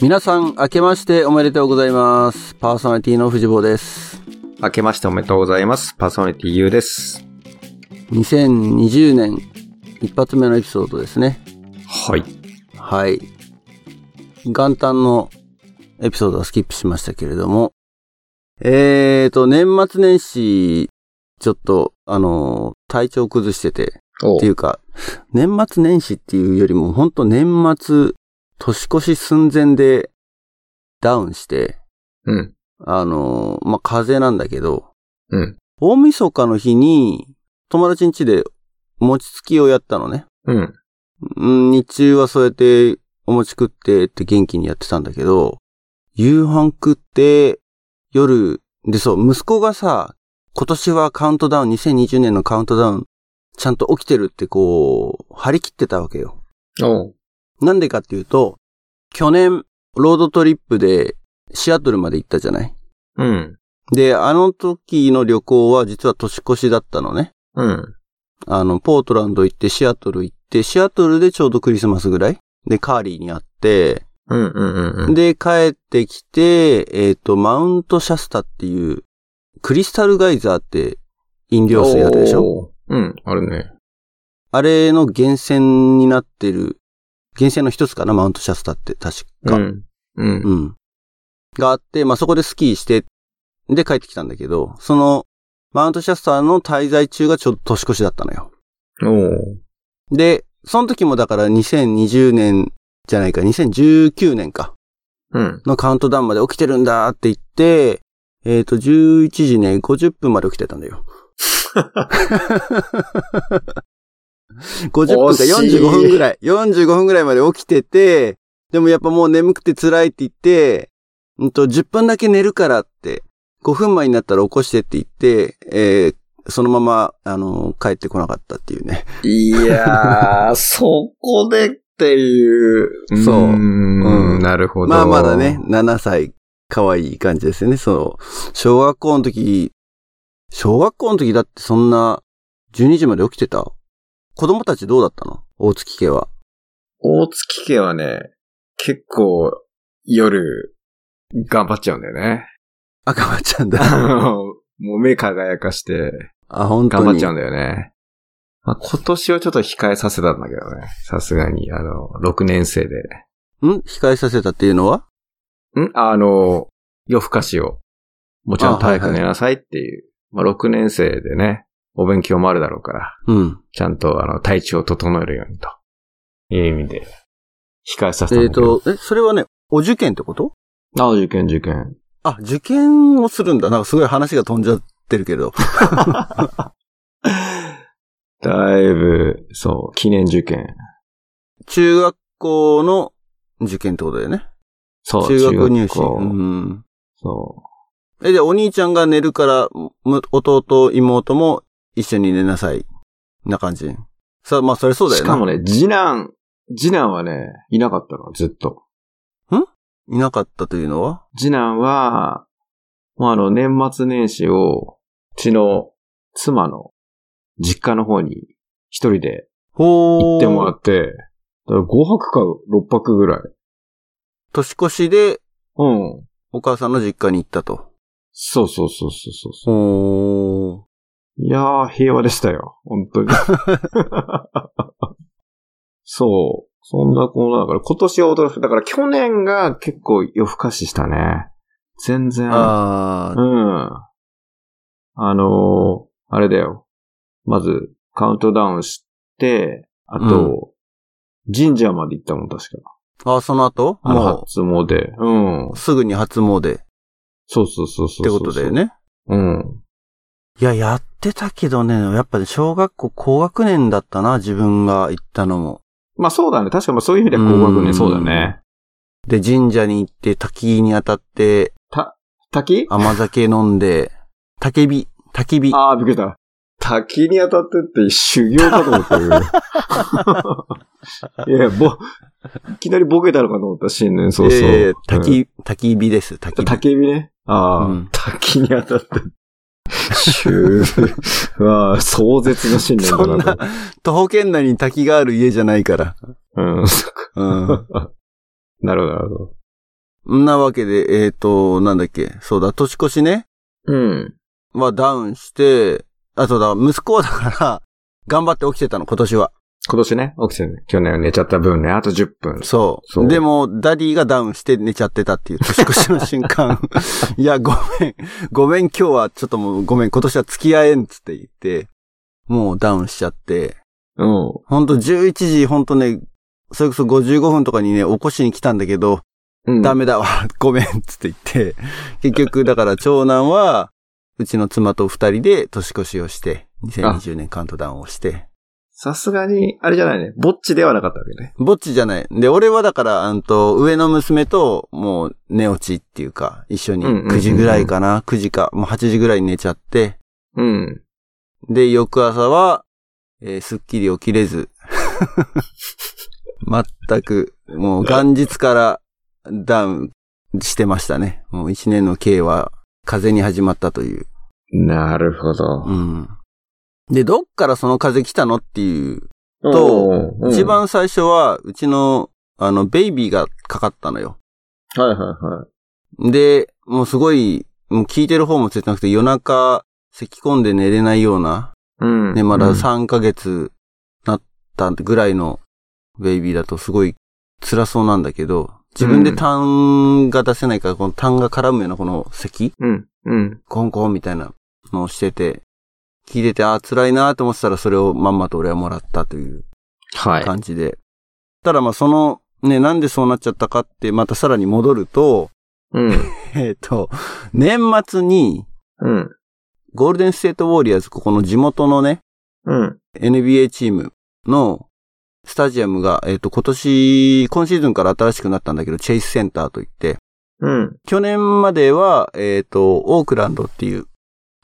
皆さん、明けましておめでとうございます。パーソナリティの藤坊です。明けましておめでとうございます。パーソナリティ U です。 2020年、一発目のエピソードですね。はい。はい。元旦のエピソードはスキップしましたけれども、えーと、年末年始、ちょっと、あの、体調崩してて、おっていうか、年末年始っていうよりも、ほんと年末、年越し寸前でダウンして、うん。あの、まあ、風邪なんだけど、うん。大晦日の日に、友達ん家で餅つきをやったのね。うん。うん、日中はそうやって、お餅食ってって元気にやってたんだけど、夕飯食って、夜、でそう、息子がさ、今年はカウントダウン、2020年のカウントダウン、ちゃんと起きてるってこう、張り切ってたわけよ。おう。なんでかっていうと、去年、ロードトリップで、シアトルまで行ったじゃないうん。で、あの時の旅行は実は年越しだったのね。うん。あの、ポートランド行って、シアトル行って、シアトルでちょうどクリスマスぐらいで、カーリーに会って、うん。うん。うん。うん。で、帰ってきて、えっ、と、マウントシャスタっていう、クリスタルガイザーって飲料水あるでしょょうん。あるね。あれの源泉になってる、源泉の一つかな、マウントシャスタって確か。うん。うん。うん。があって、まあ、そこでスキーして、で帰ってきたんだけど、その、マウントシャスターの滞在中がちょっと年越しだったのよ。おう。で、その時もだから2020年じゃないか、2019年か、うん。のカウントダウンまで起きてるんだって言って、えっ、と、11時ね、50分まで起きてたんだよ。50分か惜しい45分ぐらい。45分ぐらいまで起きてて、でもやっぱもう眠くて辛いって言って、うんと、10分だけ寝るからって、5分前になったら起こしてって言って、えーそのまま、あの、帰ってこなかったっていうね。 いやー、そこでっていう。そうーうんん。なるほど。まあまだね、。7歳、可愛い感じですよね。そう。小学校の時、小学校の時だってそんな、12時まで起きてた子供たちどうだったの大月家は。大月家はね、結構、夜、頑張っちゃうんだよね。 赤まちゃんだ。あ のもう目輝かして、あ、本当頑に。張っちゃうんだ。だよね。まあ、今年はちょっと控えさせたんだけどね。さすがに、あの、6年生で。ん控えさせたっていうのはんあの、夜更かしを、もちろんあは体いはい育寝なさいっていう。まあ、6年生でね、お勉強もあるだろうから、うん。ちゃんと、あの、体調を整えるようにと。いう意味で、控えさせたんえっ、だけど。と、え、それはね、お受験ってことあ、受験受験。あ、受験をするんだ。なんかすごい話が飛んじゃってるけど。だいぶ、そう、記念受験。中学校の受験ってことだよね。そう、中学入試。中学校うん。そえ、じゃあお兄ちゃんが寝るから、む弟、妹も一緒に寝なさい。な感じ。さ、まあ、それそうう。だよしね。かもね、次男、次男はね、いなかったの、ずっと。いなかったというのは次男は、もうあの、年末年始を、うちの妻の実家の方に一人でほ行ってもらう。って、だから5泊か6泊ぐらい。年越しでうん。お母さんの実家に行ったと。そうそうそうそうそうそう。ほー。いやー、平和でしたよ。本 当に。そう。そんなこのだから、今年は驚く。だから去年が結構夜更かししたね。全然。あー。うん。あのーあれだよ。まず、カウントダウンして、あと、神社まで行ったもん、確か。あ、その後あの、も初詣。うんう、。すぐに初詣っそうそうそうそうそう。てことだよ。ね。うん。いや、やってたけどね、やっぱね、小学校高学年だったな、自分が行ったのも。まあそうだね。確かまあそういう意味では高学うん年そうだね。で、神社に行って、滝に当たって、滝甘酒飲んで、 焚き火、焚き火。ああ、びっくりした。滝に当たってって修行かと 思ったけど。いや、ぼ、いきなりボケたのかと思った、新年早々。いやいやいやうん焚き、焚き火です、焚き火。焚き火ね。ああ、 うん焚きに当たって。シュ ー。わあ、壮絶な信念だそんななと。、徒歩圏内に滝がある家じゃないから。うん、そっか うん。なるほど、なるほど。んなわけで、えっ、と、なんだっけ、そうだ、年越しね、うん。はダウンして、あ、そうだ、息子はだから、頑張って起きてたの、今年は。今年ね、起きてね。去年寝ちゃった分ね、あと10分。そう。そうでも、ダディがダウンして寝ちゃってたっていう年越しの瞬 間。いや、ごめん。ごめん、今日はちょっともうごめん、今年は付き合えんっつって言って、もうダウンしちゃって。うん。ほんと11時、ほんとね、それこそ55分とかにね、起こしに来たんだけど、うん。ダメだわ、ごめんっつって言って、結局、だから長男は、うちの妻と二人で年越しをして、2020年カウントダウンをして、さすがに、あれじゃないね。ぼっちではなかったわけね。ぼっちじゃない。で、俺はだから、あんと、上の娘と、もう、寝落ちっていうか、一緒に、うんうんうんうん9時ぐらいかな、9時か、もう8時ぐらいに寝ちゃって、うん。で、翌朝は、えーすっきり起きれず、 全く、もう、元日から、ダウンしてましたね。もう、一年の経は、風に始まったという。なるほどう。ん。で、どっからその風来たのっていう、おうおう一、番最初は、うちの、あの、ベイビーがかかったのよ。はいはいはで、もうすごい、もう聞いてる方も切なくて夜中、咳込んで寝れないような、い。うんね、まださ3ヶ月なったぐらいのベイビーだとすごい辛そうなんだけど、自分で痰が出せないから、この痰が絡むようなこの咳、うん。うん。コンコンみたいなのをしてて、聞いてて、あー辛いなーと思ってたらそれをまんまと俺はもらったというはい。感じで。ただまあその、ね、なんでそうなっちゃったかって、またさらに戻ると、 うん。えっ、と、年末に、うん。ゴールデンステートウォーリアーズ、ここの地元のね、うん。 NBA チームのスタジアムが、えっ、と、今年、今シーズンから新しくなったんだけど、チェイスセンターといって、うん。去年までは、えっ、と、オークランドっていう、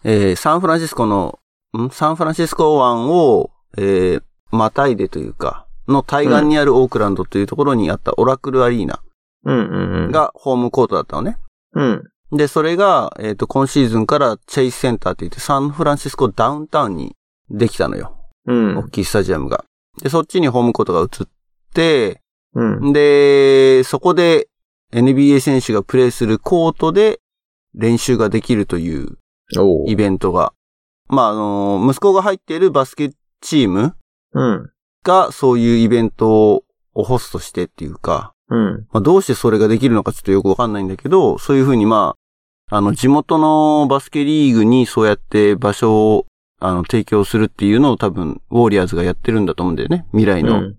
えーサンフランシスコの、んサンフランシスコ湾を、えーまたいでというか、の対岸にあるオークランドというところにあったオラクルアリーナうん。うん。、がホームコートだったのね。うん。で、それが、えっ、と、今シーズンからチェイスセンターって言って、サンフランシスコダウンタウンにできたのよ。うん。大きいスタジアムが。で、そっちにホームコートが移って、うん。で、そこで NBA 選手がプレーするコートで練習ができるというおうイベントが。まあ、あのー息子が入っているバスケチームうん。がそういうイベントをホストしてっていうか、うん。まあ、どうしてそれができるのかちょっとよくわかんないんだけど、そういうふうにまあ、あの、地元のバスケリーグにそうやって場所を、あの、提供するっていうのを多分、ウォーリアーズがやってるんだと思うんだよね。未来のうん。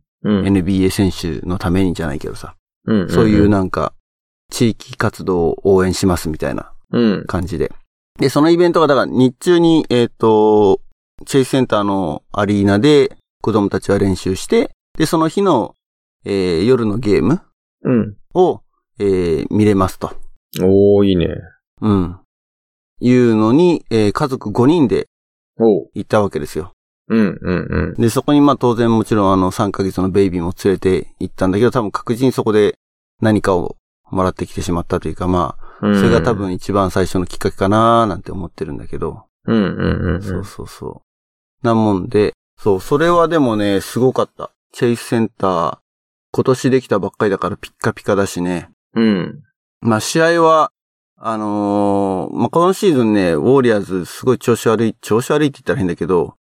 NBA 選手のためにじゃないけどさ。うん。そういう。なんか、地域活動を応援しますみたいなうん。感じで。で、そのイベントが、だから日中に、えっ、と、チェイスセンターのアリーナで子供たちは練習して、で、その日の、えー夜のゲームうん。を、えー見れますと。おー、いいね。うん。いうのに、えー家族5人でおう。行ったわけですよ。うん。うん。で、そこにまあ当然もちろんあの3ヶ月のベイビーも連れて行ったんだけど、多分確実にそこで何かをもらってきてしまったというか、まあ、うん。それが多。分一番最初のきっかけかなーなんて思ってるんだけど。うん。うん。うん。そうそうそう。なもんで、そう、それはでもね、すごかった。チェイスセンター、今年できたばっかりだからピッカピカだしね。うん。まあ、試合は、あのーまあ、このシーズンね、ウォーリアーズすごい調子悪い、調子悪いって言ったら変だけど、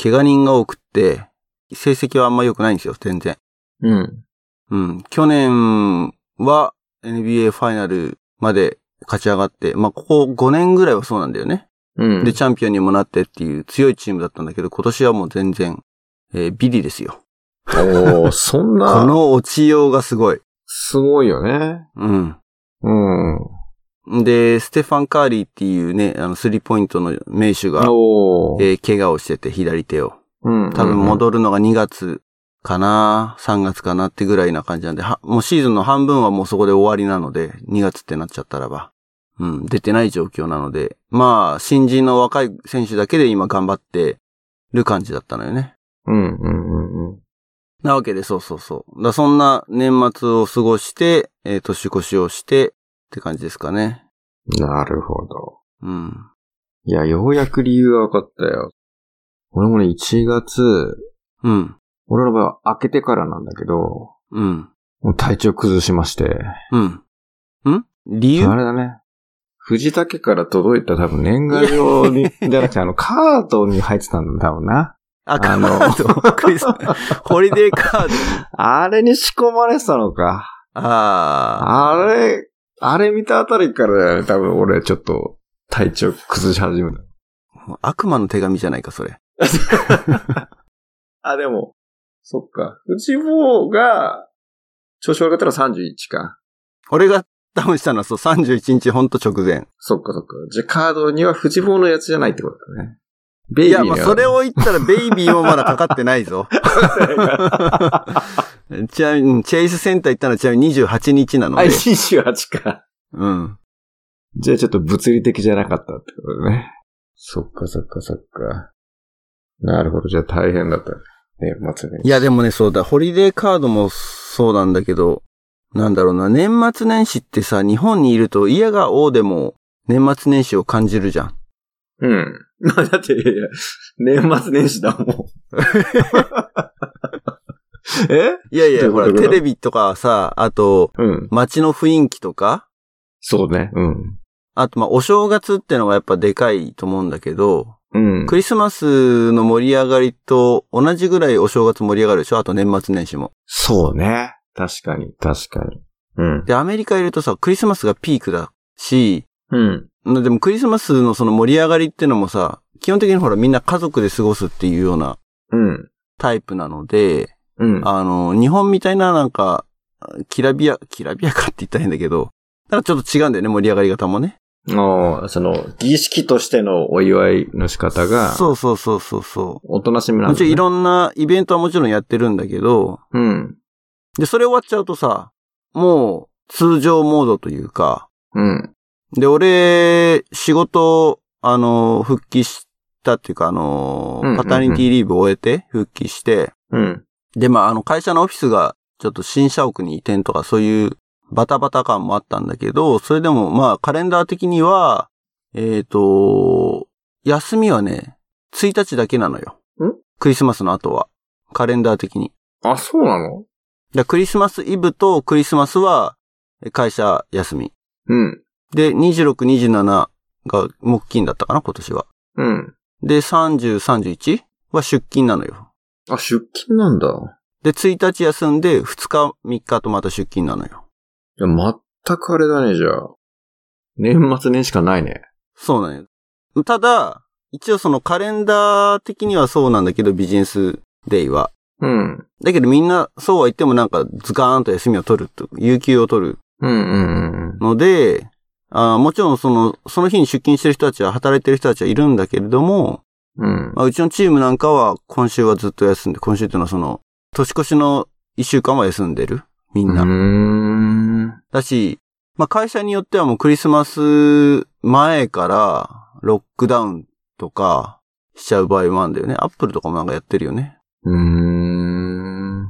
怪我人が多くって、成績はあんま良くないんですよ、全然。うん。うん。去年は NBA ファイナルまで勝ち上がって、まあ、ここ5年ぐらいはそうなんだよね。うん。で、チャンピオンにもなってっていう強いチームだったんだけど、今年はもう全然、えービリですよ。 おー、そんこな、の落ちようがすごい。すごいよね。うん。うん。で、ステファン・カーリーっていうね、あの、スリーポイントの名手が、おー。えー怪我をしてて、左手を。うん。多分戻るのが2月かな、3月かなってぐらいな感じなんで、はもうシーズンの半分はもうそこで終わりなので、2月ってなっちゃったらば、うん、出てない状況なので、まあ、新人の若い選手だけで今頑張ってる感じだったのよね。うん。うん。うん。なわけで、そうそうそう。だそんな年末を過ごして、えー年越しをして、って感じですかね。なるほど。うん。いや、ようやく理由が分かったよ。俺もね、1月、うん。俺の場合は開けてからなんだけど、うん。もう体調崩しまして、うん。理由あれだね。藤竹から届いた多分年賀状に、じゃなくてあのカードに入ってたんだ、多分な。あ、カあのード、クイズ。 ホリデーカード。あれに仕込まれてたのか。ああれ、あれ見たあたりからだよね、多分俺ちょっと体調崩し始めた。あ。悪魔の手紙じゃないか、それ。あ、でも、そっか。藤坊が、調子悪かったら31か。俺がダウンしたのはそう、31日ほんと直前。そっかそっか。じゃあカードには藤坊のやつじゃないってことだね。ベイいビや、ーまあ、それを。を言ったらベイビーもまだかかってない ぞ。ちなみに、チェイスセンター行ったのはちなみに28日なのあ、で。 28か。うん。じゃあちょっと物理的じゃなかったってことだね。そっかそっかそっか。なるほど。じゃあ大変だったね。ね、末年いや、でもね、そうだ、ホリデーカードもそうなんだけど、なんだろうな、年末年始ってさ、日本にいると嫌が王でも年末年始を感じるじゃん。うん。 まあだって、いやいや、年末年始だもん。えいやいや、どういうほことら、テレビとかさ、あと、うん。街の雰囲気とか、そうね。うん。あと、まあ、お正月ってのがやっぱでかいと思うんだけど、うん。クリスマスの盛り上がりと同じぐらいお正月盛り上がるでしょあと年末年始も。そうね。確かに、確かに。うん。で、アメリカいるとさ、クリスマスがピークだし、うん。なでもクリスマスのその盛り上がりってのもさ、基本的にほらみんな家族で過ごすっていうようなうん。タイプなので、うん。あの、日本みたいななんか、きらびや、きらびやかって言ったら変だけど、なんかちょっと違うんだよね、盛り上がり方もね。ああ、その、儀式としてのお祝いの仕方が、そうそうそうそうそおとなしみう。なんもだ、ね。ちろんいろんなイベントはもちろんやってるんだけど、うん。で、それ終わっちゃうとさ、もう通常モードというか、うん。で、俺、仕事、あの、復帰したっていうか、あのうんうんう、んパタニティリーブを終えて復帰して、うん。で、まあ、あの、会社のオフィスが、ちょっと新社屋に移転とか、そういうバタバタ感もあったんだけど、それでも、まあ、カレンダー的には、えっ、と、休みはね、1日だけなのよ。んクリスマスの後は。カレンダー的に。あ、そうなのでクリスマスイブとクリスマスは、え会社休み。うん。で、26、27が木金だったかな、今年は。うん。で、30、31は出勤なのよ。あ、出勤なんだ。で、1日休んで、2日、3日とまた出勤なのよ。いや、全くあれだね、じゃあ。年末年しかないね。そうなんよ。ただ、一応そのカレンダー的にはそうなんだけど、ビジネスデイは。うん。だけどみんな、そうは言ってもなんかズカーンと休みを取ると、有給を取るうんうんうん。ので、あーもちろんその、その日に出勤してる人たちは、働いてる人たちはいるんだけれども、うん。まあ、うちのチームなんかは今週はずっと休んで、今週っていうのはその、年越しの一週間は休んでる。みんな。うーん。だし、まあ、会社によってはもうクリスマス前からロックダウンとかしちゃう場合もあるんだよね。アップルとかもなんかやってるよね。うーん。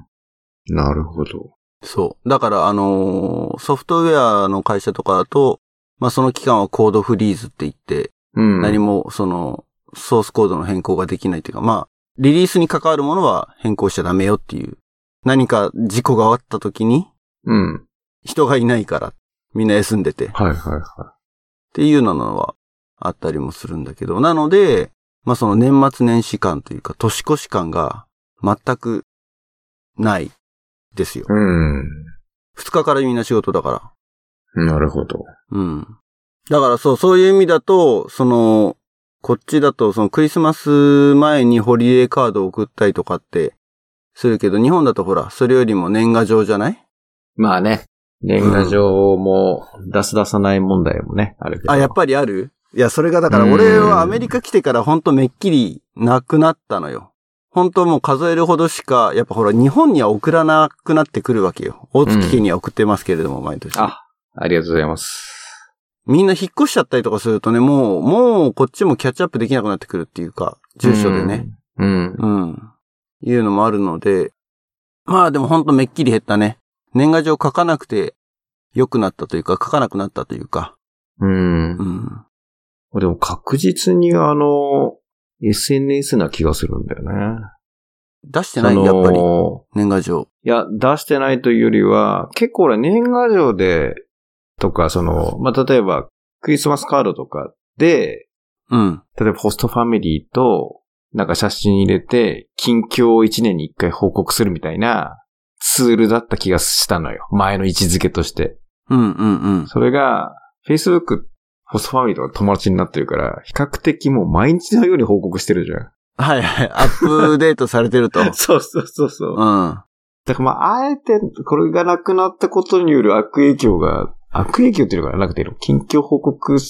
なるほど。そう。だから、あのーソフトウェアの会社とかだと、まあ、その期間はコードフリーズって言って、うん。何もその、ソースコードの変更ができないというか、まあ、リリースに関わるものは変更しちゃダメよっていう。何か事故があった時にうん。人がいないから、みんな休んでて。はいはいはっていうようなのはあったりもするんだけど、なので、まあその年末年始感というか年越し感が全くないですよい。。う二日からみんな仕事だかん。なるほど。ら。うん。だからそう、そういう意味だと、その、こっちだとそのクリスマス前にホリデーカードを送ったりとかってするけど、日本だとほら、それよりも年賀状じゃないまあね。年賀状も出す出さない問題もね、あるけど。あ、やっぱりあるいや、それがだから俺はアメリカ来てからほんとめっきりなくなったのよ。本当もう数えるほどしか、やっぱほら日本には送らなくなってくるわけよ。大月家には送ってますけれども、毎年。あ、ありがとうございます。みんな引っ越しちゃったりとかするとね、もう、もうこっちもキャッチアップできなくなってくるっていうか、住所でね。うん。うん。うん。いうのもあるので、まあでもほんとめっきり減ったね。年賀状書かなくて良くなったというか、書かなくなったというか。うんう。ん。でも確実にあの、SNS な気がするんだよね。出してないやっぱり、年賀状。いや、出してないというよりは、結構俺年賀状でとか、その、まあ、例えば、クリスマスカードとかで、うん。例えばホストファミリーと、なんか写真入れて、近況を1年に1回報告するみたいなツールだった気がしたのよ。前の位置づけとして。うんうんうん。それが、Facebook、ホストファミリーとか友達になってるから、比較的もう毎日のように報告してるじゃん。はいはい。アップデートされてると。 そうそうそうそううん。はだからまあ、あえて、これがなくなったことによる悪影響が、悪影響っていうのがなくて、近況報告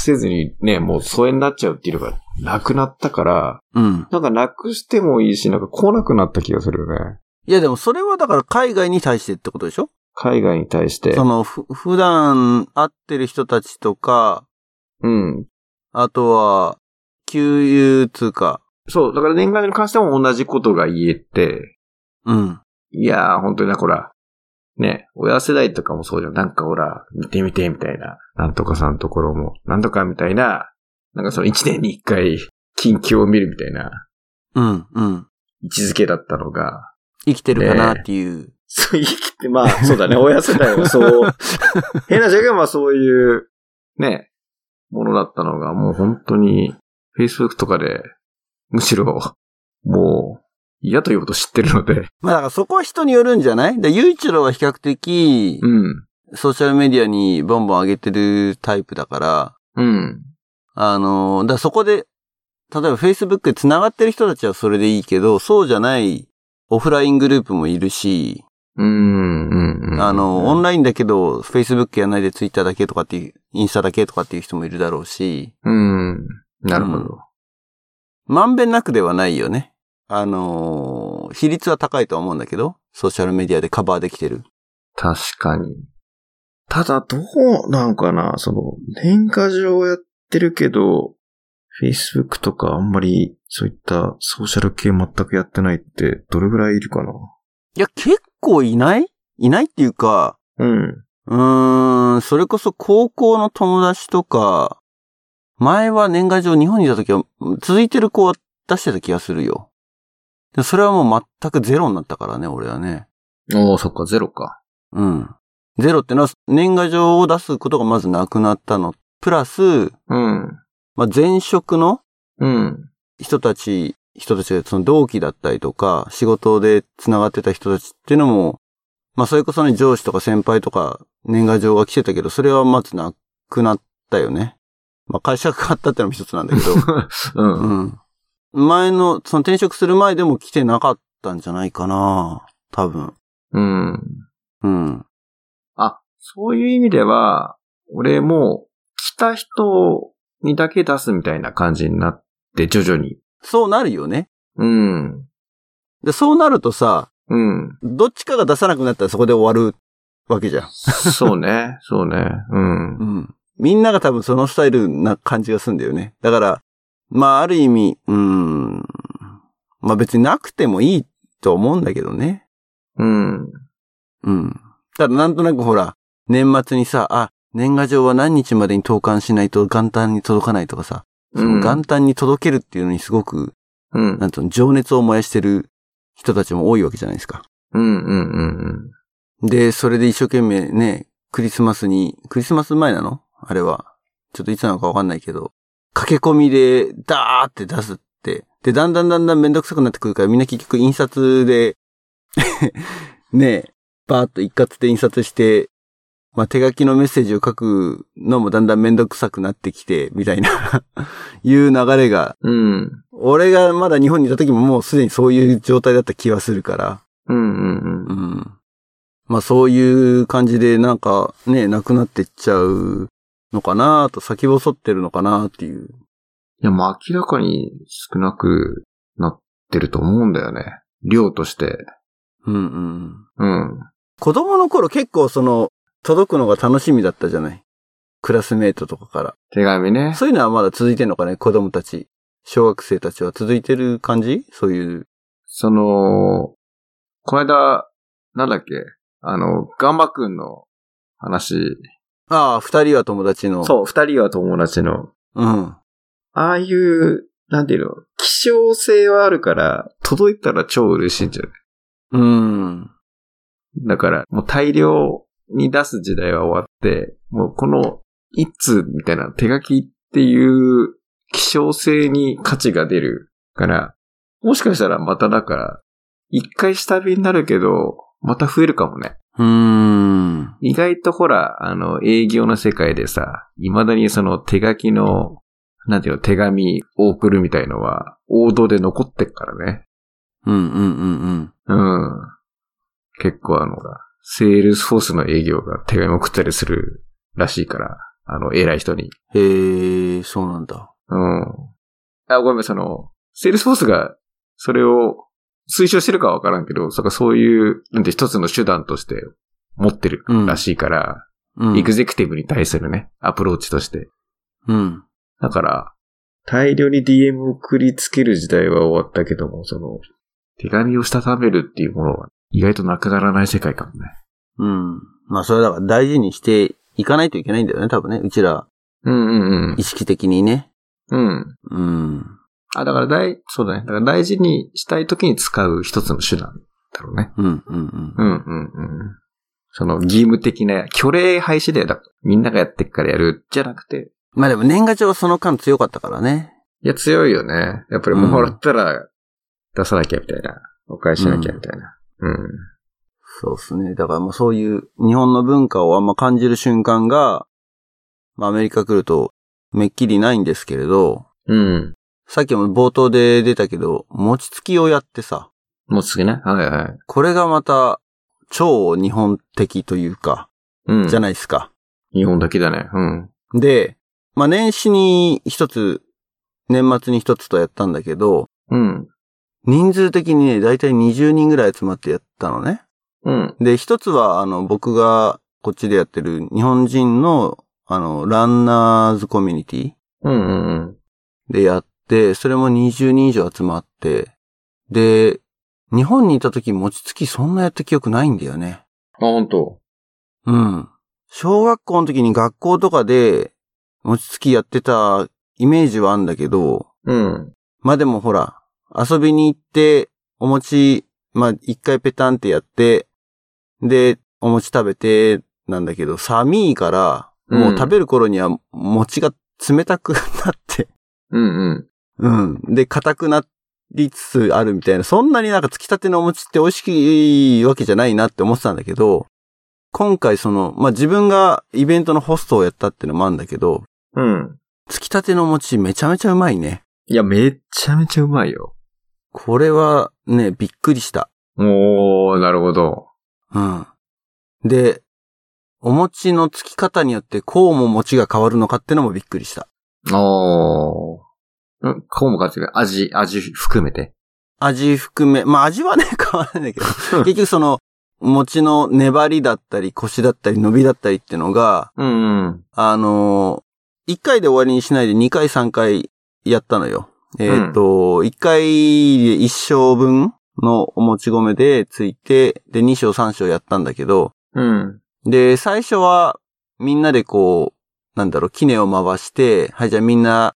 せずにね、もう疎遠になっちゃうっていうのがなくなったから、い。うん。なんかなくしてもいいし、なんか来なくなった気がするよね。いやでもそれはだから海外に対してってことでしょ海外に対してそ。の、ふ、普段会ってる人たちとか、うん。あとは、給油通貨。そう、だから年賀状に関しても同じことが言えて、うん。いやー、本当にな、ほら、ね、親世代とかもそうじゃん。なんかほら、見てみて、みたいな。なんとかさんのところも、なんとかみたいな。なんかその一年に一回、近況を見るみたいなうん、うん。位置づけだったのが、生きてるかなっていう。そう、生きて、まあ、そうだね、親世代も そう、変な社会はそういう、ね、ものだったのが、もう本当に、Facebook とかで、むしろ、もう、嫌ということ知ってるので、まあだからそこは人によるんじゃないで、ゆういちろうは比較的、うん、ソーシャルメディアにボンボン上げてるタイプだから、うん、あの、だからそこで、例えば Facebook で繋がってる人たちはそれでいいけど、そうじゃないオフライングループもいるし、うん、うん、うん。あの、オンラインだけど、Facebook やんないで Twitter だけとかっていう、インスタだけとかっていう人もいるだろうし、うん。なるほど。まんべんなくではないよね。あのー比率は高いとは思うんだけど、ソーシャルメディアでカバーできてる。確かに。ただ、どうなんかなその、年賀状をやってるけど、Facebook とかあんまりそういったソーシャル系全くやってないって、どれぐらいいるかないや、結構いないいないっていうか、うん。うーん、それこそ高校の友達とか、前は年賀状日本にいた時は、続いてる子は出してた気がするよ。でそれはもう全くゼロになったからね、俺はね。おー、そっか、ゼロか。うん。ゼロってのは、年賀状を出すことがまずなくなったの。プラス、うん。まあ、前職のうん。人たち、人たちがその同期だったりとか、仕事で繋がってた人たちっていうのも、まあ、それこそね、上司とか先輩とか年賀状が来てたけど、それはまずなくなったよね。まあ、会社が変わったってのも一つなんだけど、うん。うん。前の、その転職する前でも来てなかったんじゃないかな多分。うん。うん。あ、そういう意味では、俺も、来た人にだけ出すみたいな感じになって、徐々に。そうなるよね。うん。で、そうなるとさ、うん。どっちかが出さなくなったらそこで終わるわけじゃん。そうね、そうね。うん。ん。みんなが多分そのスタイルな感じがするんだよね。だから、まあある意味、うーん。まあ別になくてもいいと思うんだけどね。うん。うん。ただなんとなくほら、年末にさ、あ、年賀状は何日までに投函しないと元旦に届かないとかさ、その元旦に届けるっていうのにすごく、うん。なんつうの、情熱を燃やしてる人たちも多いわけじゃないですか。うん、うん、うん。で、それで一生懸命ね、クリスマスに、クリスマス前なのあれは。ちょっといつなのかわかんないけど、駆け込みで、ダーって出すって。で、だんだんだんだんめんどくさくなってくるから、みんな結局印刷で、 ね、バーっと一括で印刷して、まあ、手書きのメッセージを書くのもだんだんめんどくさくなってきて、みたいな、 いう流れが、うん。俺がまだ日本にいた時ももうすでにそういう状態だった気はするから。うん、うん、う。うんん。まあそういう感じでなんかね、なくなってっちゃうのかなと、先細ってるのかなっていう。いや、もう明らかに少なくなってると思うんだよね。量として。うんうん。うん。子供の頃結構その、届くのが楽しみだったじゃないクラスメートとかか手紙ねら。。そういうのはまだ続いてんのかね子供たち。小学生たちは続いてる感じそういう。その、この間、なんだっけ、あの、ガンバくんの話。ああ、二人は友達の。そう、二人は友達の。う。うん。ああいう、なんていうの、希少性はあるから、届いたら超嬉しいんじゃないうん。だから、もう大量に出す時代は終わって、もうこの一通みたいな手書きっていう希少性に価値が出るから、もしかしたらまただから、一回下火になるけど、また増えるかもね。うーん。意外とほら、あの、営業の世界でさ、未だにその手書きの、なんていうの、手紙を送るみたいのは、王道で残ってっからね。うんうんうんうん。うん。結構あの、セールスフォースの営業が手紙送ったりするらしいから、あの、偉い人に。へえ、そうなんだ。うん。あ、ごめん、その、セールスフォースがそれを推奨してるかはわからんけど、そっかそういう、なんて一つの手段として持ってるらしいから、うん。エグゼクティブに対するね、アプローチとして。うん。だから、大量に DM を送りつける時代は終わったけども、その、手紙をしたためるっていうものは意外となくならない世界かもね。うん。まあそれだから大事にしていかないといけないんだよね、多分ね。うちら、うんうん意識的にね。うん。うん。うん。あ、だから大、そうだね。だから大事にしたい時に使う一つの手段だろうね。うんうんうん。うんうんうん。その義務的な、虚礼廃止だよ。だからみんながやってっからやる、じゃなくて。まあでも年賀状はその間強かったからね。いや、強いよね。やっぱりもらったら出さなきゃみたいな。お返ししなきゃみたいな。うん。そうですね。だからまあそういう日本の文化をあんま感じる瞬間が、まあアメリカ来るとめっきりないんですけれど、うん。さっきも冒頭で出たけど、餅つきをやってさ、もう次ね。はいはい。これがまた超日本的というか、うん。じゃなない。いですか。日本だけだね。うん。で、まあ年始に一つ、年末に一つとやったんだけど、うん。人数的にね、だいたい20人ぐらい集まってやったのね。うん。で、一つは、あの、僕がこっちでやってる日本人の、あの、ランナーズコミュニティうんうんでやって、それも20人以上集まって、で、日本にいた時餅つきそんなやった記憶ないんだよね。あ、ほんと。うん。小学校の時に学校とかで餅つきやってたイメージはあんだけど、うん。まあでもほら、遊びに行って、お餅、まあ一回ペタンってやって、で、お餅食べて、なんだけど、寒いから、もう食べる頃には餅が冷たくなって、うんうん。うん。で、硬くなりつつあるみたいな、そんなになんかつきたてのお餅って美味しくいいわけじゃないなって思ってたんだけど、今回その、まあ自分がイベントのホストをやったってのもあるんだけど、うん。つきたてのお餅めちゃめちゃうまいね。いや、めっちゃめちゃうまいよ。これはね、びっくりした。おー、なるほど。うん。で、お餅のつき方によってこうも餅が変わるのかってのもびっくりした。おー。ん、こうもかって味、味含めて。味含め、まあ味はね、 変わらないんだけど、結局その、餅の粘りだったり、腰だったり、伸びだったりってのが、うんうん。あのー、1回で終わりにしないで2回3回やったのよ。えっ、と、一1回で1升分のお餅米でついて、で2升3升やったんだけど、うん。で、最初は、みんなでこう、なんだろう、記念を回して、はい、じゃあみんな、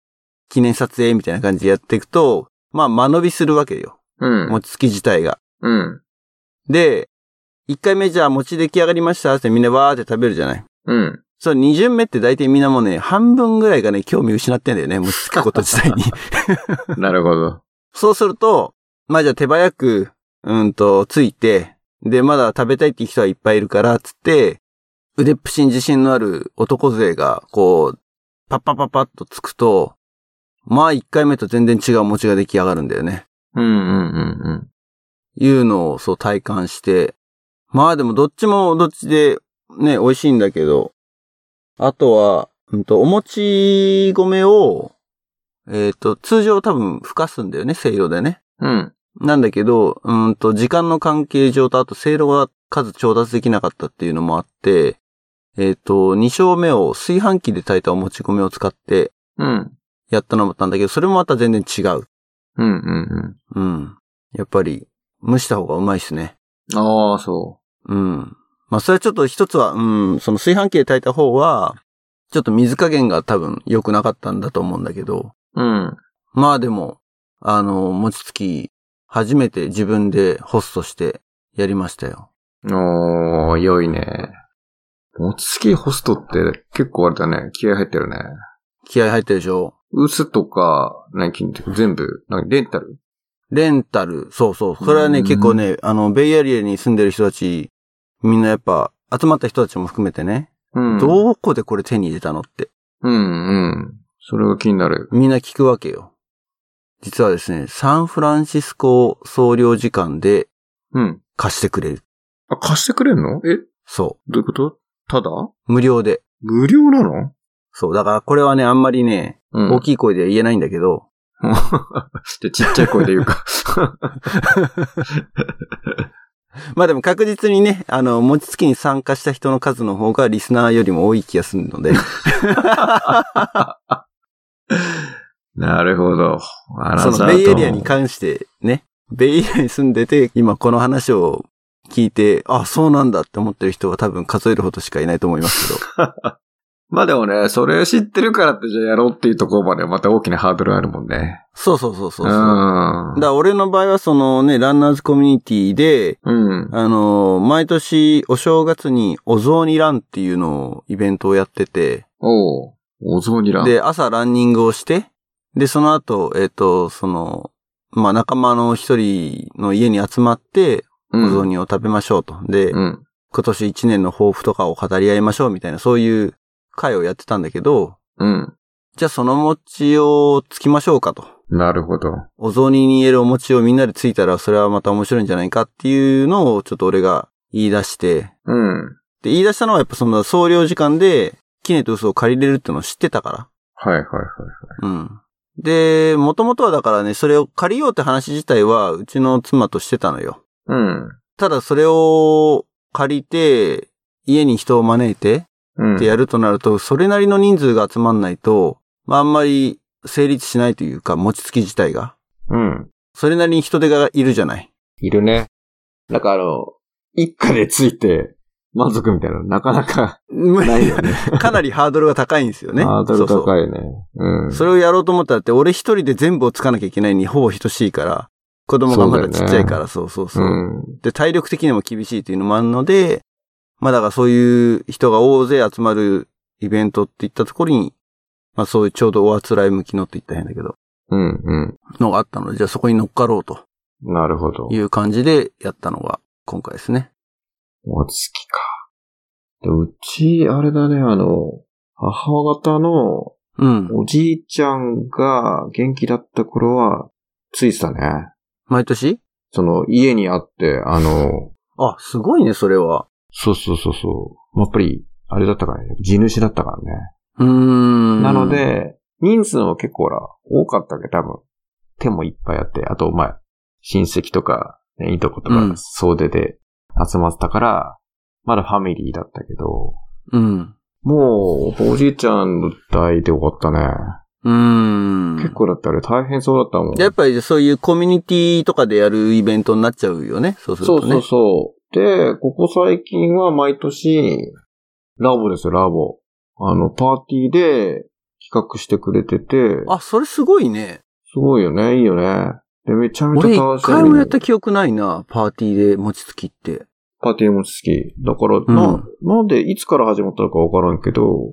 記念撮影みたいな感じでやっていくと、まあ、間延びするわけよ。うん。餅つき自体が。うん。で、一回目じゃあ餅出来上がりましたってみんなわーって食べるじゃない。うん。そう、二巡目って大体みんなもうね、半分ぐらいがね、興味失ってんだよね、餅つくこと自体に。なるほど。そうすると、まあじゃあ手早く、うんと、ついて、で、まだ食べたいって人はいっぱいいるから、つって、腕っぷしに自信のある男勢が、こう、パッパッパッパッとつくと、まあ一回目と全然違う餅が出来上がるんだよね。うんうんうんいうのをそう体感して、まあでもどっちもどっちでね、美味しいんだけど、あとは、うんと、お餅米を、えっ、と、通常多分ふかすんだよね、せいろでね。うん。うん。なんだけど、うーんと、時間の関係上と、あと、せいろが数調達できなかったっていうのもあって、えっ、と、2章目を炊飯器で炊いたおもち米を使ってうん。やったのもあったんだけど、それもまた全然違う。うんうんうん。やっぱり、蒸した方がうまいっすね。うん。ああ、そうん。まあ、それはちょっと一つは、うん、その炊飯器で炊いた方は、ちょっと水加減が多分良くなかったんだと思うんだけど、う。うん。まあでも、あの、餅つき、初めて自分でホストしてやりましたよ。おー、良いね。餅つきホストって結構あれだね、気合入ってるね。気合入ってるでしょ薄とか、何金とか全部、なんかレンタルレンタル。そうそう。それはね、うん結構ね、あの、ベイエリアに住んでる人たち、みんなやっぱ、集まった人たちも含めてね、うん。どこでこれ手に入れたのって、うんうん。それが気になる。みんな聞くわけよ。実はですね、サンフランシスコ総領時間でうん。貸してくれる。あ、貸してくれんのえ、そどういうことただう。無料で。無料なのそう。だからこれはね、あんまりね、うん大きい声では言えないんだけど、で、 ちっちゃい声で言う か。まあでも確実にね、あの、餅つきに参加した人の数の方がリスナーよりも多い気がするので、なるほど。あそのベイエリアに関してね、ベイエリアに住んでて、今この話を聞いて、あ、そうなんだって思ってる人は多分数えるほどしかいないと思いますけど。まあでもね、それ知ってるからってじゃあやろうっていうところまでまた大きなハードルあるもんね。そうそうそうそううそう。んだから俺の場合はそのね、ランナーズコミュニティで、うん。あの、毎年お正月にお雑煮ランっていうのをイベントをやってて、おう。お雑煮ラン。で、朝ランニングをして、で、その後、えっ、と、その、まあ、仲間の一人の家に集まって、うおん、雑煮を食べましょうと。で、うん。今年一年の抱負とかを語り合いましょうみたいな、そういう会をやってたんだけど、うん。じゃあその餅をつきましょうかと。なるほど。お雑煮に入れるお餅をみんなでついたら、それはまた面白いんじゃないかっていうのを、ちょっと俺が言い出して、うん。で、言い出したのはやっぱその総領時間で、キネと嘘を借りれるっていうのを知ってたから。はいはいはい。うん。で、もともとはだからね、それを借りようって話自体は、うちの妻としてたのよ。うん。ただそれを借りて、家に人を招いてうん。ってやるとなると、それなりの人数が集まんないと、まああんまり成立しないというか、餅つき自体が。うん。それなりに人手がいるじゃない。いるね。なんかあの、一家でついて満足みたいな、なかなか無ない理よね。 かなりハードルが高いんですよね。ハードルそうそう高いね。うん。それをやろうと思ったらって、俺一人で全部をつかなきゃいけないにほぼ等しいから、子供がまだちっちゃいから、そうそうそう。うん。で、体力的にも厳しいというのもあるので、まあだからそういう人が大勢集まるイベントっていったところに、まあそういうちょうどおあつらい向きのって言ったら変だけど、うん。うん。のがあったので、じゃあそこに乗っかろうとなるほど。いう感じでやったのが今回ですね。お月か。でうち、あれだね、あの、母方のうん。おじいちゃんが元気だった頃は、ついてたね。毎年その、家にあって、あの、あ、すごいね、それは。そうそうそうそう。やっぱり、あれだったからね。地主だったからね。うーん。なの、で、人数も結構ほら、多かったわけど、多分。手もいっぱいあって、あと、まあ、親戚とか、ね、いとことうんか、総出で集まってたから、まだファミリーだったけど、うん。もう、おじいちゃんの代で終わったね。うーん。結構だったあれ大変そうだったもん。やっぱりそういうコミュニティとかでやるイベントになっちゃうよね。そうするそとうね。そうそう。で、ここ最近は毎年、ラボですよ、ラボ。あの、パーティーで企画してくれてて、あ、それすごいね。すごいよね、いいよね。で、めちゃめちゃ俺楽一しい。回もやった記憶ないな、パーティーで餅つきって。パーティーも好き。だから、な、うんなんでいつから始まったのかわからんけど、もう、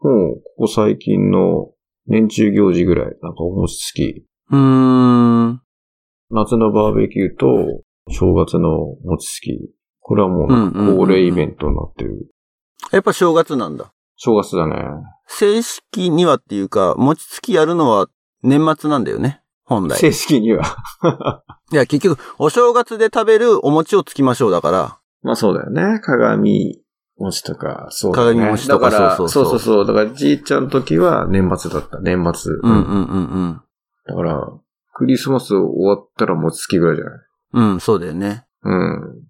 ここ最近の年中行事ぐらい、なんかお餅つき。うーん。夏のバーベキューと正月の餅つき。これはもううんうんうんうん恒例イベントになってる。やっぱ正月なんだ。正月だね。正式にはっていうか、餅つきやるのは年末なんだよね。本来。正式には。いや、結局、お正月で食べるお餅をつきましょうだから。 まあそうだよね。鏡餅とか、そうだね。鏡餅とかだらそうそうそうそうそうそう。だからじいちゃんの時は年末だった。年末。うんうんうんだから、クリスマス終わったら餅つきぐらいじゃないうん。うん、そうだよね。うん。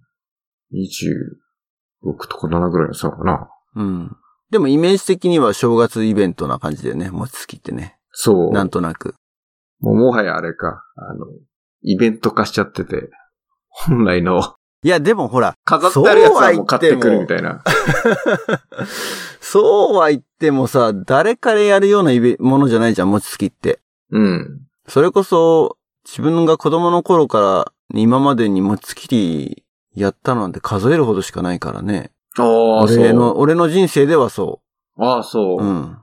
26とか7ぐらいの差かな。うん。でもイメージ的には正月イベントな感じだよね、餅つきってね。そう。なんとなく。もうもはやあれか、あの、イベント化しちゃってて、本来の いや、でもほら、 飾ってあるやつはもう買ってくるみたいな。そうは言ってもさ、誰からやるようなイベものじゃないじゃん、餅つきって。うん。それこそ、自分が子供の頃から今までに餅つきやったのなんて数えるほどしかないからね。ああ、そ俺う。の、俺の人生ではそああ、そうう。。うん。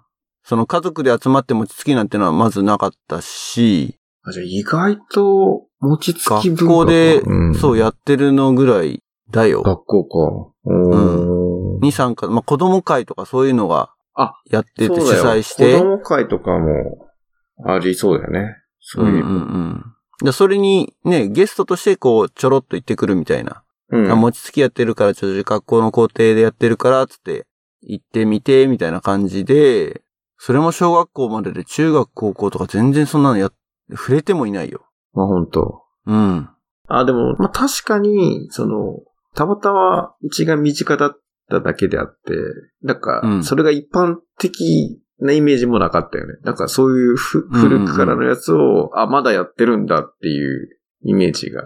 その家族で集まって餅つきなんてのはまずなかったし、あじゃあ意外と、餅つき文学化校でかんそうやってるのぐらいだよ。学校か。おーに参加、まあ、子供会とかそういうのがあ、やっててそう主だよ催して。子供会とかも、ありそうだよね。そううんいうう。んうん。でそれにね、ゲストとしてこう、ちょろっと行ってくるみたいな。うんあ、餅つきやってるから、ちょっと学校の校庭でやってるから、つって、行ってみて、みたいな感じで、それも小学校までで中学高校とか全然そんなのや、触れてもいないよ。まあ本当。うん。あ、でも、まあ確かに、その、たまたまうちが身近だっただけであって、なんかう、んそれが一般的なイメージもなかったよね。なんかそういううんふうんうん古くからのやつを、あ、まだやってるんだっていうイメージが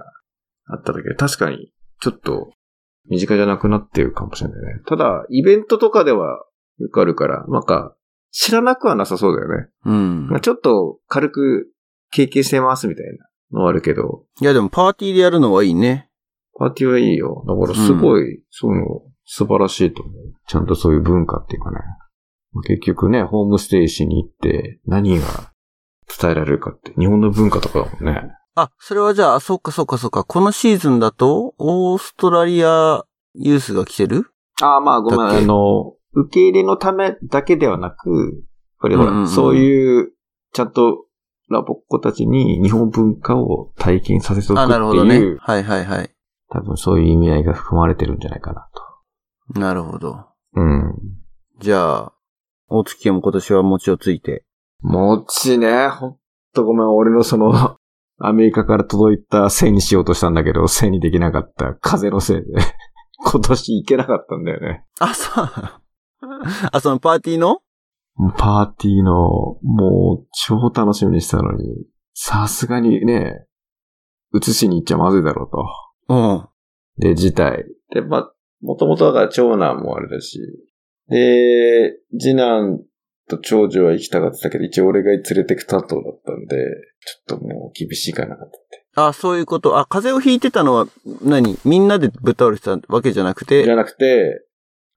あっただけで、確かに、ちょっと、身近じゃなくなってるかもしれないね。ただ、イベントとかではよくあるから、なんか、知らなくはなさそうだよね。うんまあ。ちょっと軽く経験してますみたいなのはあるけど、いや、でもパーティーでやるのはいいね。パーティーはいいよ。だからすごい、そういうの、素晴らしいと思う。ちゃんとそういう文化っていうかね。結局ね、ホームステイしに行って、何が伝えられるかって、日本の文化とかだもんね。あ、それはじゃあ、あそっかそっかそっか。このシーズンだと、オーストラリアユースが来てるああ、まあごめん、だっけあの、受け入れのためだけではなく、これほら、うんうんうんそういう、ちゃんと、ラボっ子たちに日本文化を体験させておくっあ、てなるほどねいう、。はいはいはい。多分そういう意味合いが含まれてるんじゃないかななるほど。と。うん。じゃあ、大月家も今年は餅をついて。餅ね、ほんとごめん、俺のその、 アメリカから届いたせいにしようとしたんだけど、せいにできなかった風のせいで、 今年行けなかったんだよね。あ、そう。 あ、そのパーティーのパーティーの、もう、超楽しみにしたのに、さすがにね、移しに行っちゃまずいだろうと。うん。で、事態。で、まあ、もともとだから長男もあれだし、で、次男と長女は行きたかったけど、一応俺が連れてく担当だったんで、ちょっともう厳しいかなと。あ、そういうこと。あ、風邪をひいてたのは、何みんなでぶっ倒れてたわけじゃなくじて。ゃなくて、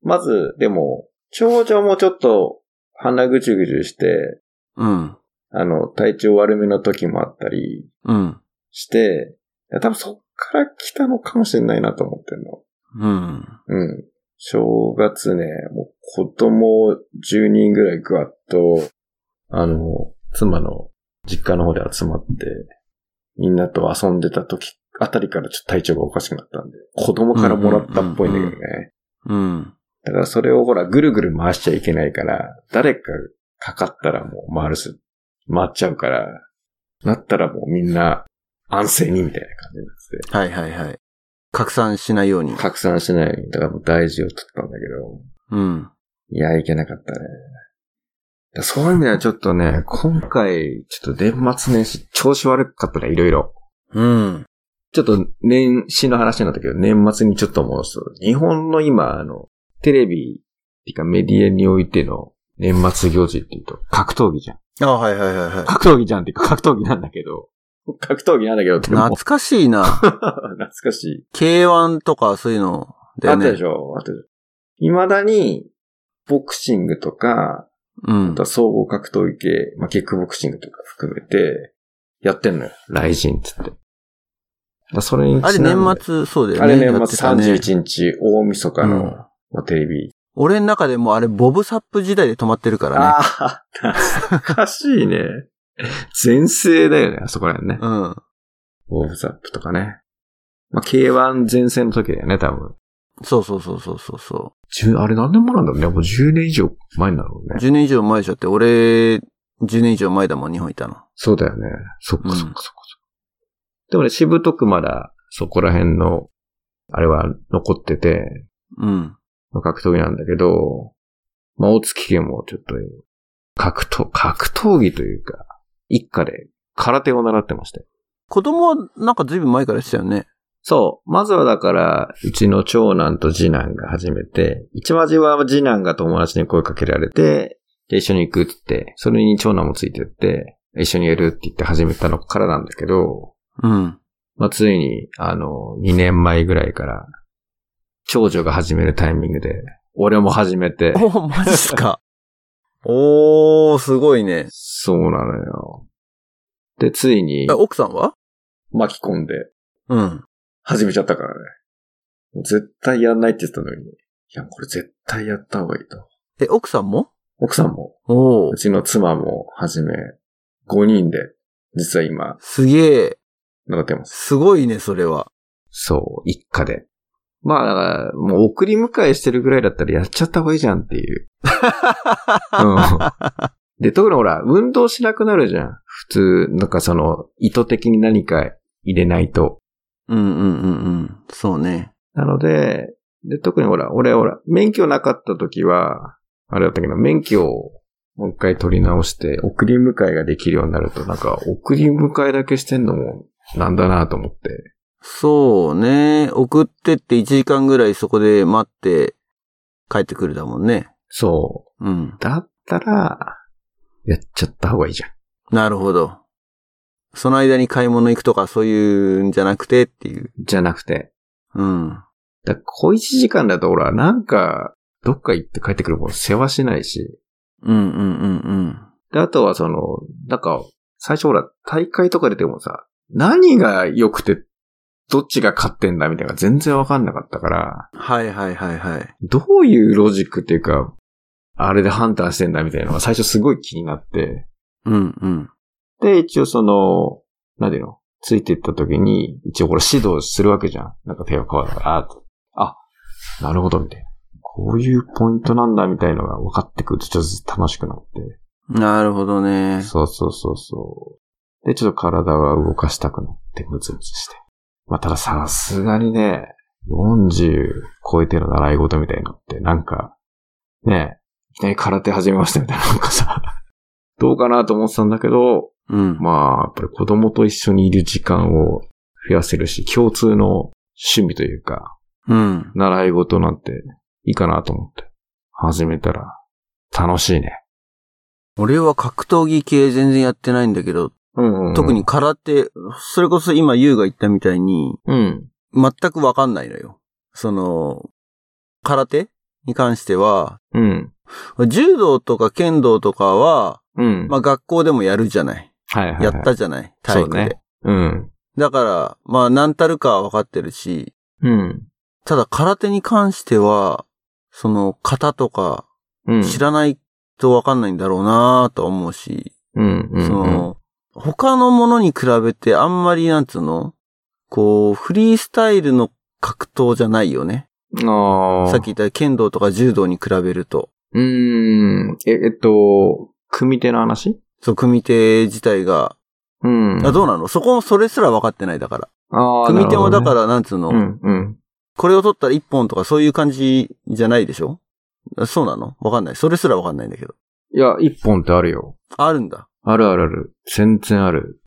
まず、でも、長女もちょっと鼻ぐちゅぐちゅして、うん。あの、体調悪めの時もあったりうん。して、いや多分そっから来たのかもしれないなと思ってんの。うん。うん。正月ね、もう子供10人ぐらいぐわっと、あの、妻の実家の方で集まって、みんなと遊んでた時あたりからちょっと体調がおかしくなったんで、子供からもらったっぽいんだけどね。うん。だからそれをほら、ぐるぐる回しちゃいけないから、誰かかかったらもう回るす、回っちゃうから、なったらもうみんな安静にみたいな感じになっててはいはいはい。拡散しないように。拡散しないように、だからもう大事を取ったんだけど、うん。いや、いけなかったね。だそういう意味ではちょっとね、今回、ちょっと年末年始、調子悪かったね、いろいろ。うん。ちょっと年始の話になったけど、年末にちょっともう、そう日本の今、あの、テレビ、っていうかメディアにおいての年末行事っていうと、格闘技じゃん。あ、はいはいはいはい。格闘技じゃんっていうか、格闘技なんだけど。格闘技なんだけ ど、でも懐かしいな。懐かしい。 K1 とかそういうのだあよっね。たでしょあったでしょ未だに、ボクシングとか、うんまた。総合格闘技系、まあ、キックボクシングとか含めて、やってんのよ。雷神ってって。だからそれにあれちなんで年末、そうだよあね。れや年って末たね31日、大晦日の、うんまあテレビ。俺の中でもうあれ、ボブサップ時代で止まってるからね。ああ、懐かしいね。全盛だよね、あそこら辺ね。うん。オーブザップとかね。まあ、K1 前線の時だよね、多分。そうそうそうそうそうそ10あれ何年もなんだろうね。もう10年以上前になるもんう。ね。 10年以上前でしょって、俺、10年以上前だもん、日本いたの。そうだよね。そっかうんそっかそっかそっか。でもね、しぶとくまだ、そこら辺の、あれは残ってて、うん。まあ格闘技なんだけど、まあ、大月家もちょっと、格闘、格闘技というか、一家で空手を習ってましたよ子供はなんか随分前からしたよね。そう。まずはだから、うちの長男と次男が始めて、一番初めは次男が友達に声かけられて、で、一緒に行くって言って、それに長男もついてって、一緒にやるって言って始めたのからなんだけど、うん。まあ、ついに、あの、2年前ぐらいから、長女が始めるタイミングで、俺も始めて、お、マジっす か。おー、すごいね。そうなのよ。で、ついにあ奥さんは巻き込んでうん。始めちゃったからね。もう絶対やんないって言ってたのに、いや、これ絶対やった方がいいと。え、奥さんも奥さんも、おーう、ちの妻もはじめ、5人で、実は今、すげえ。習ってます。すごいね、それは。そう、一家で。まあ、だから、もう送り迎えしてるぐらいだったらやっちゃった方がいいじゃんって いう。うん、で、特にほら、運動しなくなるじゃん。普通、なんかその、意図的に何か入れないと。うんうんうんうん。そうね。なので、で、特にほら、俺ほら、免許なかった時は、あれだったけど、免許をもう一回取り直して、送り迎えができるようになると、なんか、送り迎えだけしてんのも、なんだなと思って。そうね。送ってって1時間ぐらいそこで待って帰ってくるだもんね。そうん。う。だったら、やっちゃった方がいいじゃん。なるほど。その間に買い物行くとかそういうんじゃなくてっていう。じゃなくて。うん。だから小一時間だと、ほら、なんか、どっか行って帰ってくるもん、世話しないし。うんうんうんうん。で、あとはその、なんか、最初ほら、大会とか出てもさ、何が良くて、どっちが勝ってんだみたいなのが全然わかんなかったから、はいはいはいはい。どういうロジックっていうか、あれで判断してんだみたいなのが最初すごい気になって、うんうん。で、一応その、なんていうのついていった時に、一応これ指導するわけじゃん。なんか手が変わるから、あとあ、なるほど、みたいな。こういうポイントなんだ、みたいのが分かってくると、ちょっと楽しくなって。なるほどね。そうそうそうそう。で、ちょっと体は動かしたくなって、ムツムツして。まあ、たださすがにね、40超えての習い事みたいのって、なんか、ねえ、いきなり空手始めましたみたいな、なんかさ、どうかなと思ってたんだけど、うん。まあ、やっぱり子供と一緒にいる時間を増やせるし、共通の趣味というか、うん。習い事なんていいかなと思って、始めたら、楽しいね。俺は格闘技系全然やってないんだけど、うん、うん。特に。空手、それこそ今優が言ったみたいに、うん。全くわかんないのよ。その、空手に関しては、うん。柔道とか剣道とかは、うん。まあ学校でもやるじゃない。はいはいはい。やったじゃない。体育そで。うねうん。だから、まあ何たるかはわかってるし、うん。ただ空手に関しては、その型とかうん。知らないとわかんないんだろうなとは思うし、うん。うん。その、他のものに比べてあんまりなんつうのこう、フリースタイルの格闘じゃないよね。うん、ああ。さっき。言った剣道とか柔道に比べると。うーん。え、えっと、組手の話そう、組手自体が。うん。あ、どううなのそこもそれすら分かってないだから。ああ。、組手もだかららなんつうの、うん。うん。これを取ったら一本とかそういう感じじゃないでしょあそうなのわかんない。それすらわかんないんだけど。いや、一本ってあるよ。あるんだ。あるあるある。全然ある。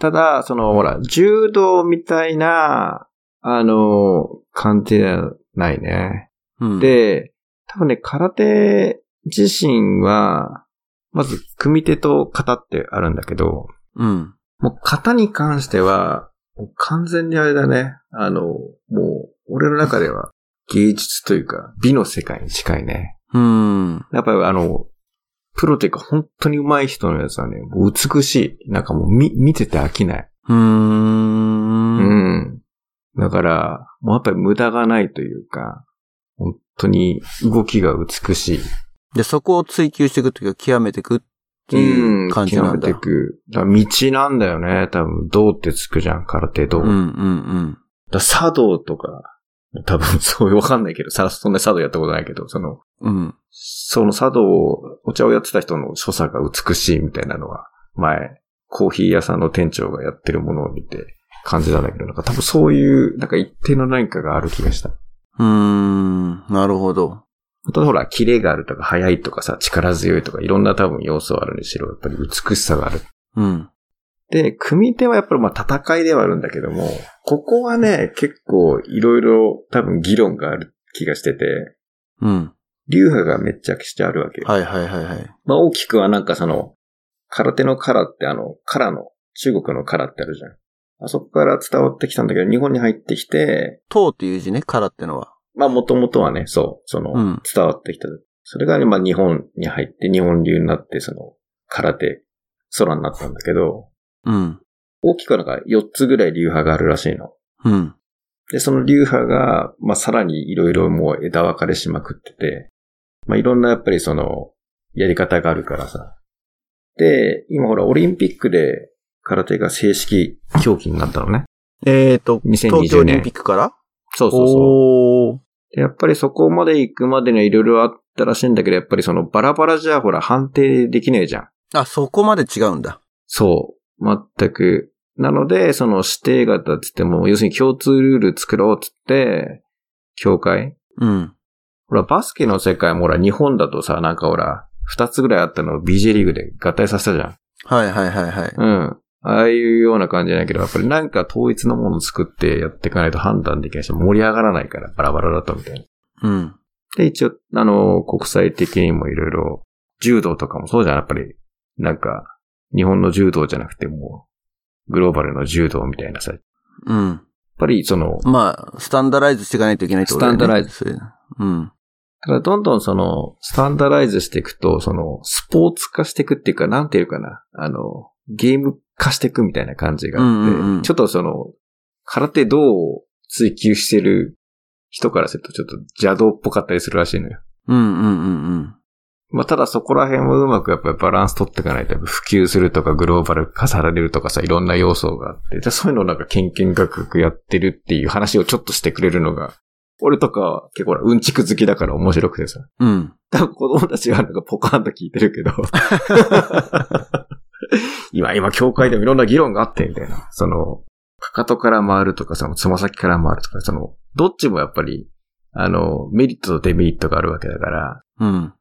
ただ、その、ほら、柔道みたいな、あの、感じじゃないね。うん。、で、多分ね、空手自身は、まず、組手と型ってあるんだけど、うん。もう型に関しては、もう完全にあれだね。あの、もう、俺の中では芸術というか、美の世界に近いね。うん。やっぱりあの、プロというか本当に上手い人のやつはね、もう美しい。なんかもう見、見てて飽きない。うー。うんん。だから、もうやっぱり無駄がないというか、本当に動きが美しい。で、そこを追求していくというか、極めていくっていう感じなんだ。極めてく。だから道なんだよね。多分、道ってつくじゃん、空手道。うんうんだ茶道とか、多分 そういうわかんないけど、さ、そんな茶道やったことないけど、その、うん。うん。その茶道を、お茶をやってた人の所作が美しいみたいなのは、前、コーヒー屋さんの店長がやってるものを見て感じたんだけど、なんか多分そういう、なんか一定の何かがある気がした。うーん。なるほど。本当にほら、キレがあるとか、速いとかさ、力強いとか、いろんな多分要素はあるにしろ、やっぱり美しさがある。うん。で、組手はやっぱりまあ戦いではあるんだけども、ここはね、結構いろいろ多分議論がある気がしてて、うん。流派がめっちゃくちゃあるわけよ。はいはいはいはい。まあ大きくはなんかその、空手の空ってあの、空の、中国の空ってあるじゃん。あそこから伝わってきたんだけど、日本に入ってきて、唐っていう字ね、からってのは。まあ、もともとはね、そう、その、うん伝わってきた。それが、ね、まあ、日本に入って、日本流になって、その、空手、空になったんだけど、うん。大きくなんか4つぐらい流派があるらしいの。うん。で、その流派が、まあ、さらにいろいろもう枝分かれしまくってて、まあ、いろんなやっぱりその、やり方があるからさ。で、今ほら、オリンピックで空手が正式競技になったのね。えっ、と、 2020年東京オリンピックからそうそうそう。おーでやっぱりそこまで行くまでにはいろいろあったらしいんだけど、やっぱりそのバラバラじゃほら判定できねえじゃん。あ、そこまで違うんだ。そう。全く。なので、その指定型って言っても、要するに共通ルール作ろうってって、協会うん。ほら、バスケの世界もほら、日本だとさ、なんかほら、二つぐらいあったのを BJ リーグで合体させたじゃん。はいはいはいはい。うん。ああいうような感じじゃないけど、やっぱりなんか統一のものを作ってやっていかないと判断できないし、盛り上がらないから、バラバラだとみたいな。うん。で、一応、あの、国際的にもいろいろ、柔道とかもそうじゃん、やっぱり。なんか、日本の柔道じゃなくてもう、グローバルの柔道みたいなさ、やっうん。ぱりその、まあ、スタンダライズしていかないといけないってことだよね。スタンダライズそういうのうん。だからどんどんその、スタンダライズしていくと、その、スポーツ化していくっていうか、なんていうかな、あの、ゲーム化していくみたいな感じがあって、うんうんうんちょっとその、空手道を追求してる人からすると、ちょっと邪道っぽかったりするらしいのよ。うんうんうんうん。まあ、ただそこら辺もうまくやっぱりバランス取っていかないと、やっぱ普及するとかグローバル化されるとかさ、いろんな要素があって、でそういうのをなんか研究学学やってるっていう話をちょっとしてくれるのが、俺とかは結構ほらうんちく好きだから面白くてさ。うん。多分子供たちはなんかポカーンと聞いてるけど。今、今、教会でもいろんな議論があって、みたいな。その、かかとから回るとか、その、つま先から回るとか、その、どっちもやっぱり、あの、メリットとデメリットがあるわけだから、うん。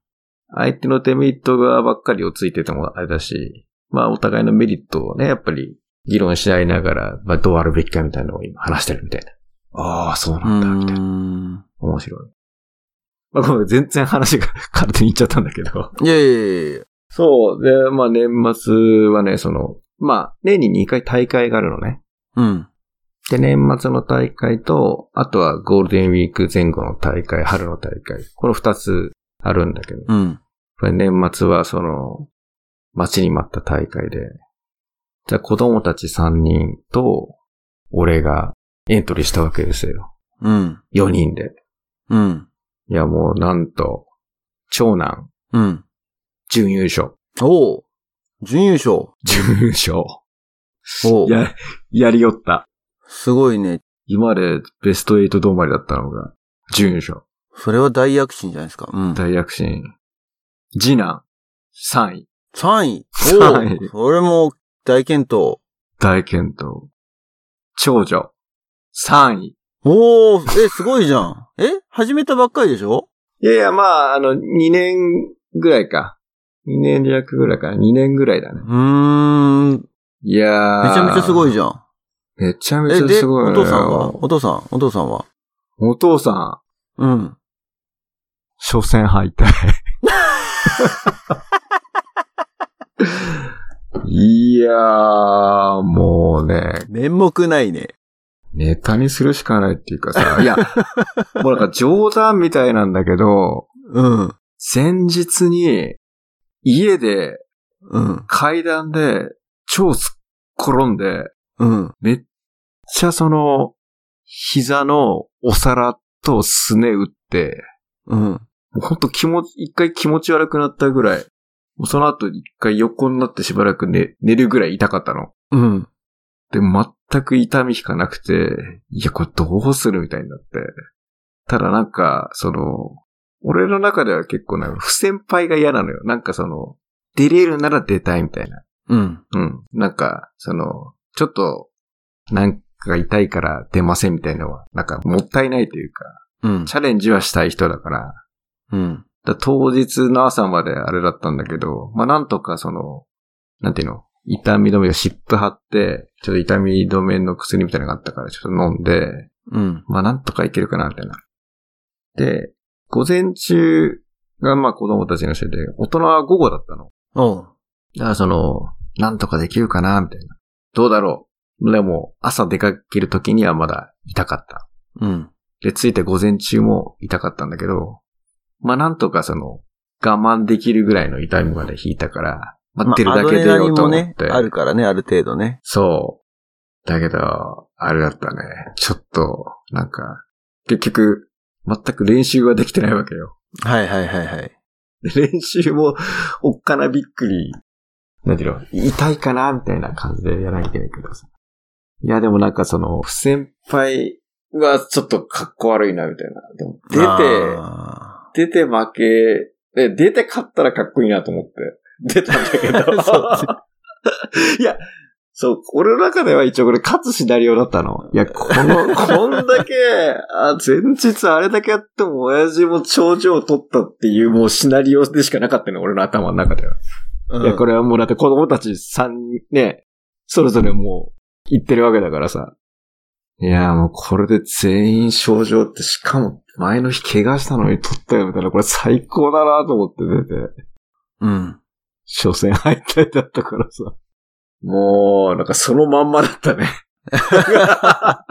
相手のデメリット側ばっかりをついててもあれだし、まあお互いのメリットをね、やっぱり議論し合いながら、まあどうあるべきかみたいなのを今話してるみたいな。ああ、そううなんだ、みたいな。ん。面白い。まあごめん、全然話が 勝手にいっちゃったんだけど。いやいやいやいや。そう。で、まあ年末はね、その、まあ年に2回大会があるのね。うん。で、年末の大会と、あとはゴールデンウィーク前後の大会、春の大会。この2つあるんだけど。うん。これ年末はその、待ちに待った大会で、じゃあ子供たち3人と、俺がエントリーしたわけですよ。うん。 4人で。うん。いやもうなんと、長男、うん。準優勝。おう準優勝。準優勝。おうや、やりよった。すごいね。今までベスト8止まりだったのが、準優勝。それは大躍進じゃないですか。うん。大躍進。次男、3位。 3位。三位おうそれも大健闘。大健闘。長女、3位。おおえ、すごいじゃん。え始めたばっかりでしょいやいや、まあ、あの、2年ぐらいか。2年弱ぐらいか。2年ぐらいだねう。ーん。めちいやー。ゃめちゃすごいじゃゃん。ん。めちゃめえ、ちゃですごいのおよ父さんはお父さん、お父さんはお父さん、うん。初戦敗退。 いやー、もうね、面目ないね。ネタにするしかないっていうかさ、いや、もうなんか冗談みたいなんだけど、うん。前日に、家で、うん。階段で、超すっ転んで、うん。めっちゃその、膝のお皿とすね打って、うん。もうほんと気持ち、一回気持ち悪くなったぐらい、もうその後一回横になってしばらく寝、寝るぐらい痛かったの。うん。で、全く痛み引かなくて、いや、これどうするみたいになって。ただなんか、その、俺の中では結構なんか、不先輩が嫌なのよ。なんかその、出れるなら出たいみたいな。うん。うん。なんか、その、ちょっと、なんか痛いから出ませんみたいなのは、なんかもったいないというか、うん。チャレンジはしたい人だから、うん。だ当日の朝まであれだったんだけど、まあなんとかその、なんていうの、痛み止めを湿布貼って、ちょっと痛み止めの薬みたいなのがあったから、ちょっと飲んで、うん。まあなんとかいけるかな、みたいな。で、午前中がまあ子供たちの試合で、大人は午後だったの。おう。だからその、なんとかできるかな、みたいな。どうだろう。でも、朝出かけるときにはまだ痛かった。うん。で、着いた午前中も痛かったんだけど、まあなんとかその、我慢できるぐらいの痛みまで引いたから、待ってるだけでよとも思っね、て。あるからね、ある程度ね。そう。だけど、あれだったね。ちょっと、なんか、結局、全く練習はできてないわけよ。はいはいはいはい。で練習も、おっかなびっくり。なんていうの痛いかなみたいな感じでやらなきゃいけないけどさ。いや、でもなんかその、不先輩はちょっと格好悪いな、みたいな。でも、あ出て、出て負け、で出て勝ったらかっこいいなと思って、出たんだけど。そいや、そう、俺の中では一応これ勝つシナリオだったの。いや、この、こんだけ、あ、前日あれだけやっても親父も頂上を取ったっていうもうシナリオでしかなかったの、俺の頭の中では。ーいや、これ。れはもうだって子供たち3人ね、それぞれもう行ってるわけだからさ。いや、もうこれで全員症状って、しかも前の日怪我したのに取ったよみたいな、これ最高だなと思って出て。うん。初戦敗退だったからさ。もう、なんかそのまんまだったね。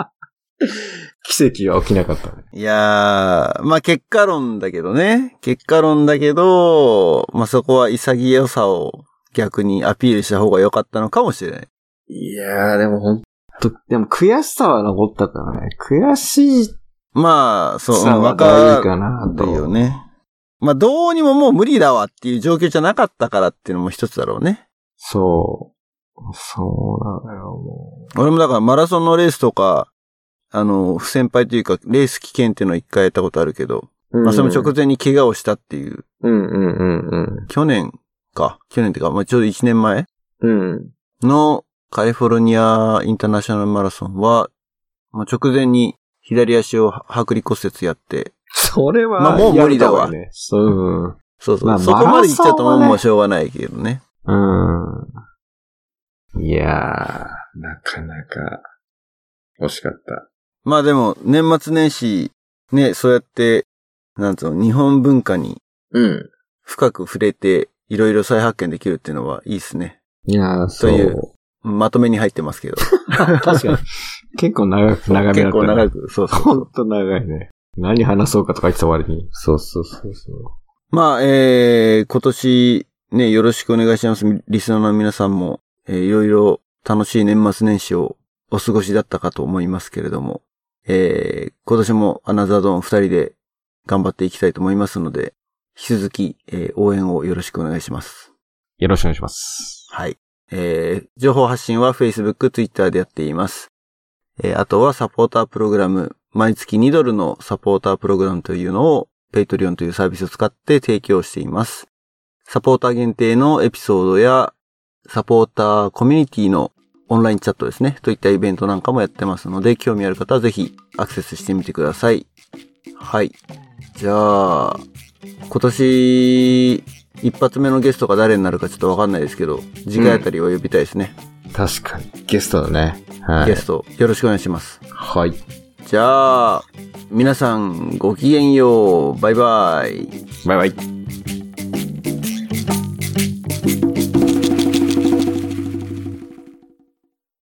奇跡は起きなかったね。いやー、まあ結果論だけどね。結果論だけど、まあそこは潔さを逆にアピールした方が良かったのかもしれない。いやー、でもほんと、でも悔しさは残ったからね。悔しいまあ、そう、さわはか大事かなと。るよね。まあどうにももう無理だわっていう状況じゃなかったからっていうのも一つだろうね。そう。そうなのよ、も俺もだからマラソンのレースとか、あの、不先輩というか、レース危険っていうのを一回やったことあるけど、う。まあそれも直前に怪我をしたっていう、うんうんうん去年か、去年っていうか、まあちょうど1年前うん。うん。のカリフォルニアインターナショナルマラソンは、まあ、直前に左足を剥離骨折やって、それは、まあもう無理だわやめた方がいいねそう。うん。そうそう、まあそこまで行っちゃうともう,、マラソンはねもうしょうがないけどね。うん。いやー、なかなか、惜しかった。まあでも、年末年始、ね、そうやって、なんつうの、日本文化にうん。深く触れて、いろいろ再発見できるっていうのはいいですね。いやー、そう。というまとめに入ってますけ ど。確か に。結構長く、長め結だった、構ね。長く、そうそうほんと長いね。何話そうかとか言ってた割に。そうそうそうそまあ、えー、今年、ね、よろしくお願いします。リスナーの皆さんも、えーいろいろ楽しい年末年始をお過ごしだったかと思いますけれども、えー、今年もアナザードーン二人で頑張っていきたいと思いますので、引き続き、えー応援をよろしくお願いします。う。よろしくお願いします。はい。えー、情報発信は Facebook、Twitter でやっています。えー、あとはサポータープログラム、毎月2ドルのサポータープログラムというのを Patreon というサービスを使って提供しています。サポーター限定のエピソードや、サポーターコミュニティのオンラインチャットですね、といったイベントなんかもやってますので、興味ある方はぜひアクセスしてみてください。はい。じゃあ、今年、一発目のゲストが誰になるかちょっとわかんないですけど、次回あたりは呼びたいですね。確かに。ゲストだね。はゲい。スト、よろしくお願いします。はい。じゃあ、皆さんごきげんよう。バイバイ。バイバイ。